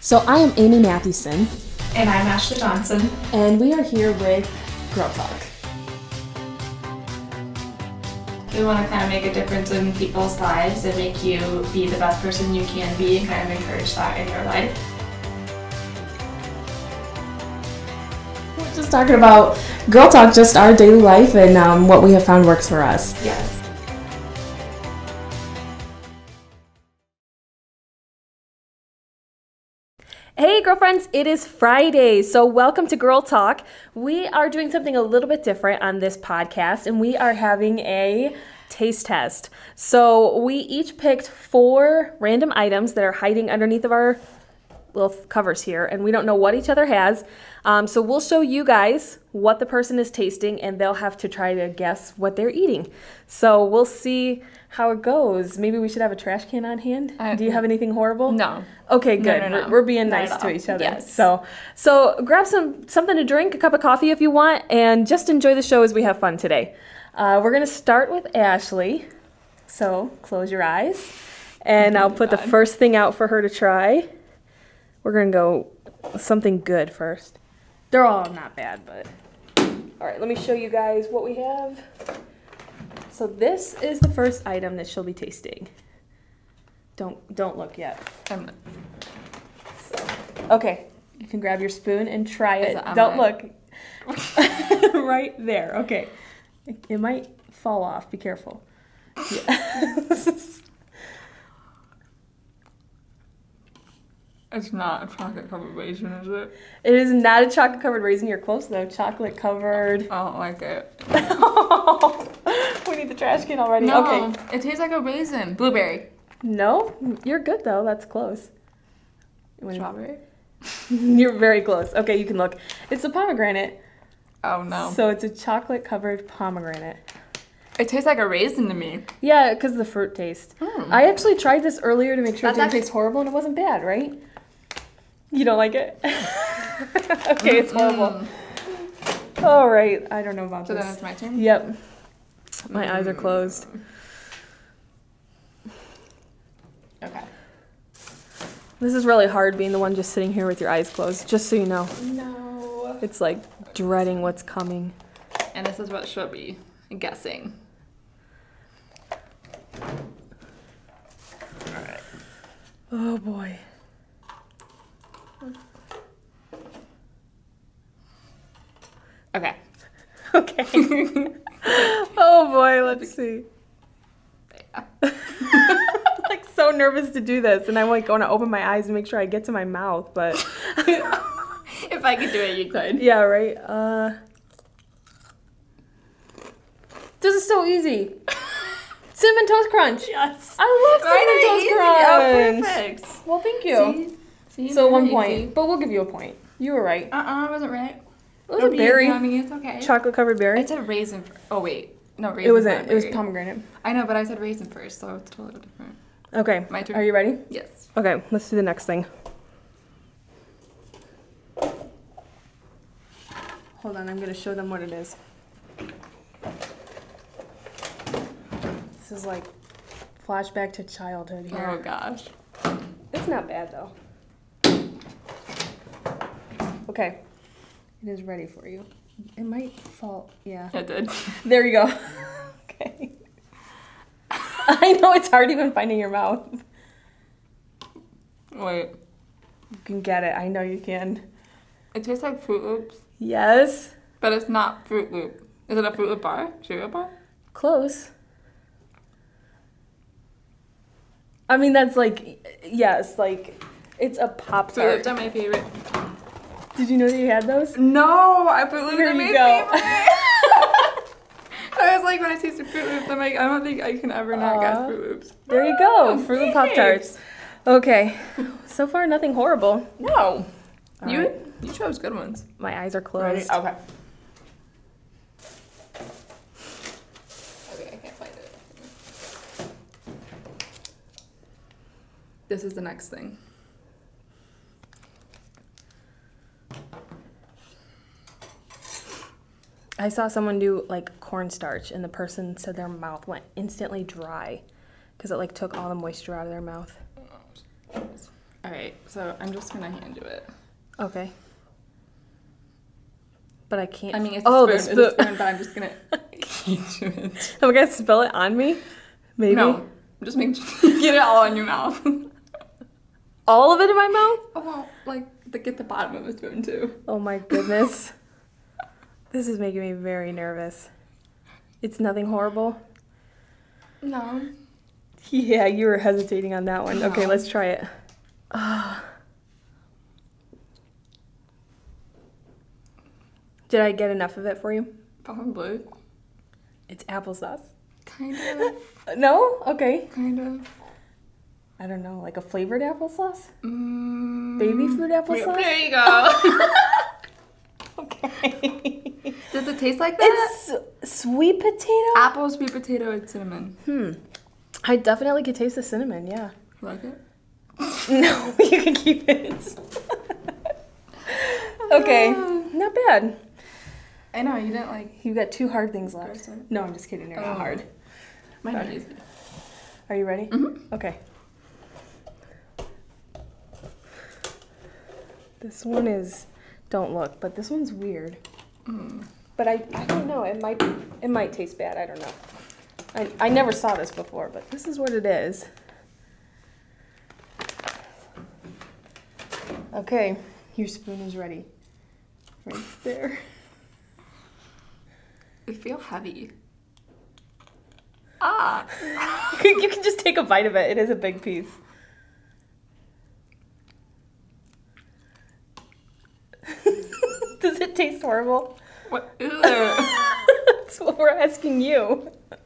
So I am Amy Mathewson, And I'm Ashley Johnson. and we are here with Girl Talk. We want to kind of make a difference in people's lives and make you be the best person you can be and kind of encourage that in your life. We're just talking about Girl Talk, just our daily life and um, what we have found works for us. Yes. Hey, girlfriends, it is Friday, so welcome to Girl Talk. We are doing something a little bit different on this podcast, and we are having a taste test. So, we each picked four random items that are hiding underneath of our little covers here, and we don't know what each other has. Um, so, we'll show you guys what the person is tasting, and they'll have to try to guess what they're eating. So, we'll see how it goes. Maybe we should have a trash can on hand. Do you have anything horrible? Uh, No. Okay, good. no, We're, no. we're being Not at nice to all. each other. Yes. So, so grab some something to drink, a cup of coffee if you want, and just enjoy the show as we have fun today. Uh, we're gonna start with Ashley. So close your eyes, and I'll put the first thing out for her to try. We're gonna go something good first. They're all not bad, but all right. Let me show you guys what we have. So this is the first item that she'll be tasting. Don't don't look yet. I'm, Okay, you can grab your spoon and try it. Is it on Don't my- look. right there. Okay. It- It might fall off. Be careful. Yeah. it's not a chocolate covered raisin, is it? it is not a chocolate covered raisin. You're close though. Chocolate covered. I don't like it. we need the trash can already. Okay. It tastes like a raisin. Blueberry. No, you're good though. That's close. You wanna- Strawberry? You're very close. Okay, you can look. It's a pomegranate. Oh no. So it's a chocolate covered pomegranate. it tastes like a raisin to me. Yeah, because the fruit taste. Mm. Hmm. I actually tried this earlier to make sure it That's didn't actually- taste horrible, and it wasn't bad, right? You don't like it? okay, it's horrible. All right, I don't know about So then this. it's Mm. my turn? Yep. My eyes are closed. Okay. This is really hard being the one just sitting here with your eyes closed, just so you know. No. It's like dreading what's coming. And this is what she'll be guessing. Oh boy. Okay. Okay. oh boy, let's see. like so nervous to do this, and I'm like going to open my eyes and make sure I get to my mouth, but if I could do it, you could. yeah, right. Uh, this is so easy. Cinnamon toast crunch. Yes. I love cinnamon Right, toast crunch. easy. Oh, Well, thank you. perfect. See? See, So one very point, easy. but we'll give you a point. You were right. It Uh-uh, I wasn't right. was It'll a be berry, yummy, It's okay. chocolate covered berry. I said raisin. fir- oh wait, no raisin. it wasn't. It was blueberry. pomegranate. I know, but I said raisin first, so it's a little different. Okay, My turn. Are you ready? Yes. Okay, let's do the next thing. Hold on, I'm gonna show them what it is. This is like flashback to childhood Oh here. gosh. It's not bad though. Okay, it is ready for you. It might fall, yeah. It did. There you go. okay. I know it's hard even finding your mouth. Wait. You can get it, I know you can. It tastes like Fruit Loops, Yes. but it's not Fruit Loop. Is it a Fruit Loop bar? Cheerio bar? Close. I mean, that's like, yes, like, it's a Pop Fruit Loops Tart. are my favorite. Did you know that you had those? No, I Fruit Loops Here are you my go. favorite. I was like, when I tasted Fruit Loops, I'm like, I don't think I can ever not Aw. guess Fruit Loops. There you go. Oh, Fruit Loop Pop thanks. Tarts. Okay. So far, nothing horrible. No. All you right. you chose good ones. My eyes are Ready? Oh. closed. Okay. Okay, I can't find it. This is the next thing. I saw someone do like cornstarch, and the person said their mouth went instantly dry because it like took all the moisture out of their mouth. All right, so I'm just gonna hand you it. Okay. But I can't. I mean, it's oh, a spoon, the it's a spoon. spoon, but I'm just gonna hand you it. Am I gonna spill it on me? Maybe. No, just make get it all in your mouth. All of it in my mouth? Oh, well, like the, get the bottom of the spoon too. Oh my goodness. this is making me very nervous. It's nothing horrible. No. Yeah, you were hesitating on that one. Okay, let's try it. Did I get enough of it for you? Probably. It's applesauce. Uh, Kind of. No? Okay. Kind of. I don't know, like a flavored applesauce? Mm. Baby food applesauce? There you go. Okay. Does it taste like that? it's sweet potato? apple, sweet potato, and cinnamon. hmm. I definitely could taste the cinnamon, yeah. You like it? No, you can keep it. okay, Ah, not bad. I know you didn't like. You've got two hard things left. Awesome. No, I'm just kidding. They're Oh. not hard. My knees. Are you ready? Mm-hmm. Okay. This one is. Don't look, but this one's weird. Mm-hmm. But I, I don't know. It might it might taste bad. I don't know. I, I never saw this before, but this is what it is. Okay, your spoon is ready. Right there. It feel heavy. Ah. you can just take a bite of it. It is a big piece. Does it taste horrible? What is it? That's what we're asking you. it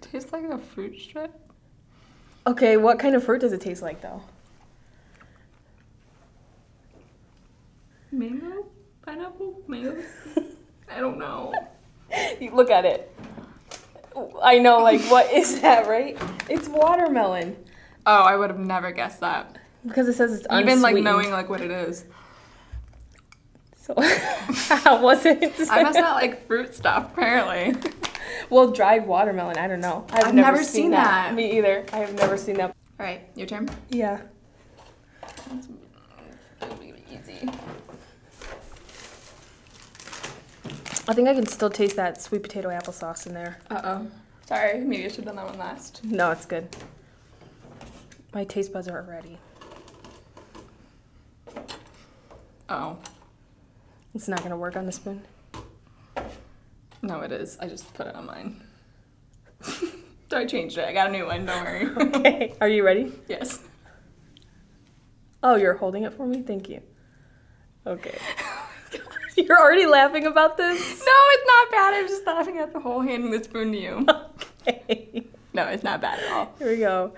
tastes like a fruit strip. Okay, what kind of fruit does it taste like though? Mango? Pineapple? Mango? I don't know. You look at it. I know, like, what is that, right? It's watermelon. Oh, I would have never guessed that. Because it says it's unsweetened. Even like knowing like what it is. So, how was it? I must not like fruit stuff, apparently. well, dried watermelon, I don't know. I've, I've never seen that. Me either. I have never seen that. Alright, your turn. Yeah. Easy. I think I can still taste that sweet potato applesauce in there. Uh oh. Sorry, maybe I should have done that one last. No, it's good. My taste buds are ready. Oh. It's not gonna work on the spoon. No, it is. I just put it on mine. so I changed it. I got a new one, don't worry. Okay, are you ready? yes. Oh, you're holding it for me? Thank you. Okay. You're already laughing about this? No, it's not bad. I was just laughing at the whole handing the spoon to you. Okay. No, it's not bad at all. Here we go.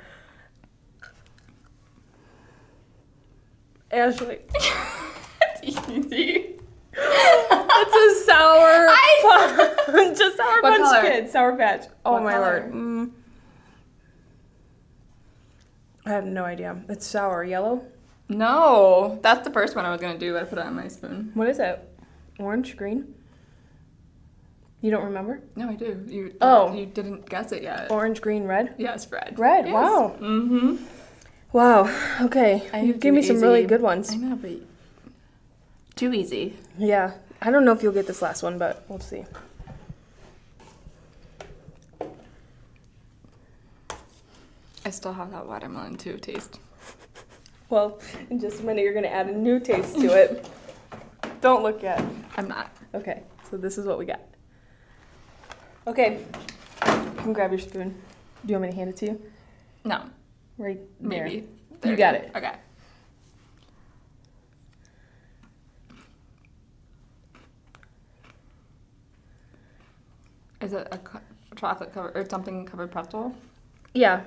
Ashley. it's easy. It's a sour I- punch. A sour What punch color? kid. Sour patch. Oh What my color? lord. Mm. I have no idea. It's sour. Yellow? No, that's the first one I was gonna do. I put it on my spoon. What is it? Orange? Green? You don't remember? No, I do. You Oh. you didn't guess it yet. Orange, green, red? yes, red. Red, Yes. wow. Mhm. Wow. Okay. I You have gave me too some really easy. good ones. I know, but too easy. Yeah. I don't know if you'll get this last one, but we'll see. I still have that watermelon too taste. Well, in just a minute, you're going to add a new taste to it. don't look yet. I'm not. Okay. So this is what we got. Okay. You can grab your spoon. Do you want me to hand it to you? No, Right there. maybe. You got it. Okay. Is it a co- chocolate covered or something covered pretzel? Yeah.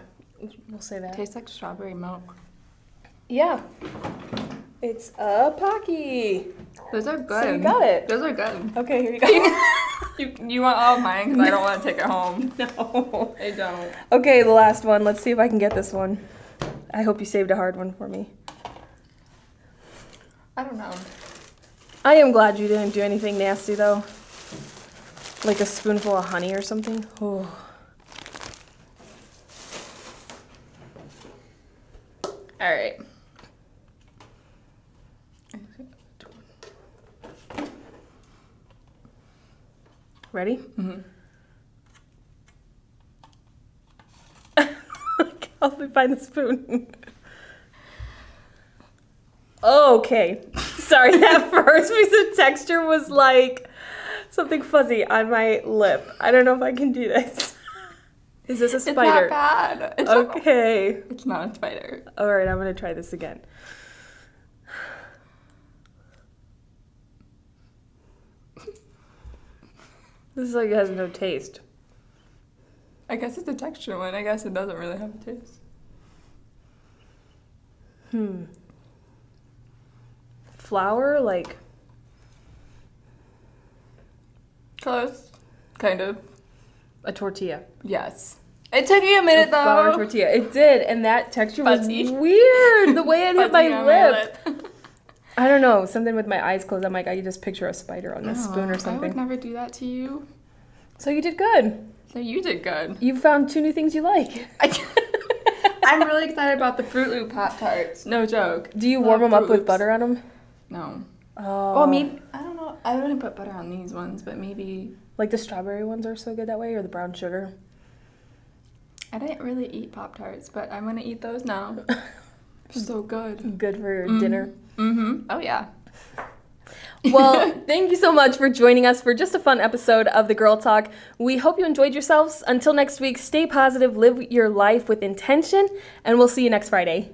We'll say that. Tastes like strawberry milk. Yeah. It's a Pocky. Those are good. So you got it. Those are good. Okay, here you go. You, you want all of mine because I don't want to take it home. no. I don't. Okay, the last one. Let's see if I can get this one. I hope you saved a hard one for me. I don't know. I am glad you didn't do anything nasty though. Like a spoonful of honey or something. Oh. All right. Ready? Mm-hmm. Help me find the spoon. okay. Sorry, that first piece of texture was like something fuzzy on my lip. I don't know if I can do this. Is this a Not spider? bad. It's, not- Okay. it's not a spider. All right, I'm gonna try this again. This is like it has no taste. I guess it's a texture one. I guess it doesn't really have a taste. Flour, like Close. Kind of. a tortilla. Yes. It took me a minute though. Flour tortilla. It did, and that texture Fuzzy. was weird. The way it hit my Fuzzy lip. on my lip. I don't know. Something with my eyes closed. I'm like, I could just picture a spider on this spoon or Oh, I would something. never do that to you. So you did good. So you did good. You found two new things you like. I'm really excited about the Fruit Loop Pop Tarts. No joke. Do you warm Love them up Froot with Loops. butter on them? No. Oh, Oh, well, maybe I don't know. I wouldn't put butter on these ones, but maybe like the strawberry ones are so good that way, or the brown sugar. I didn't really eat Pop Tarts, but I'm gonna eat those now. They're so good. good for dinner. Mm-hmm. Oh yeah. Well, thank you so much for joining us for just a fun episode of The Girl Talk. We hope you enjoyed yourselves. Until next week, stay positive, live your life with intention, and we'll see you next Friday.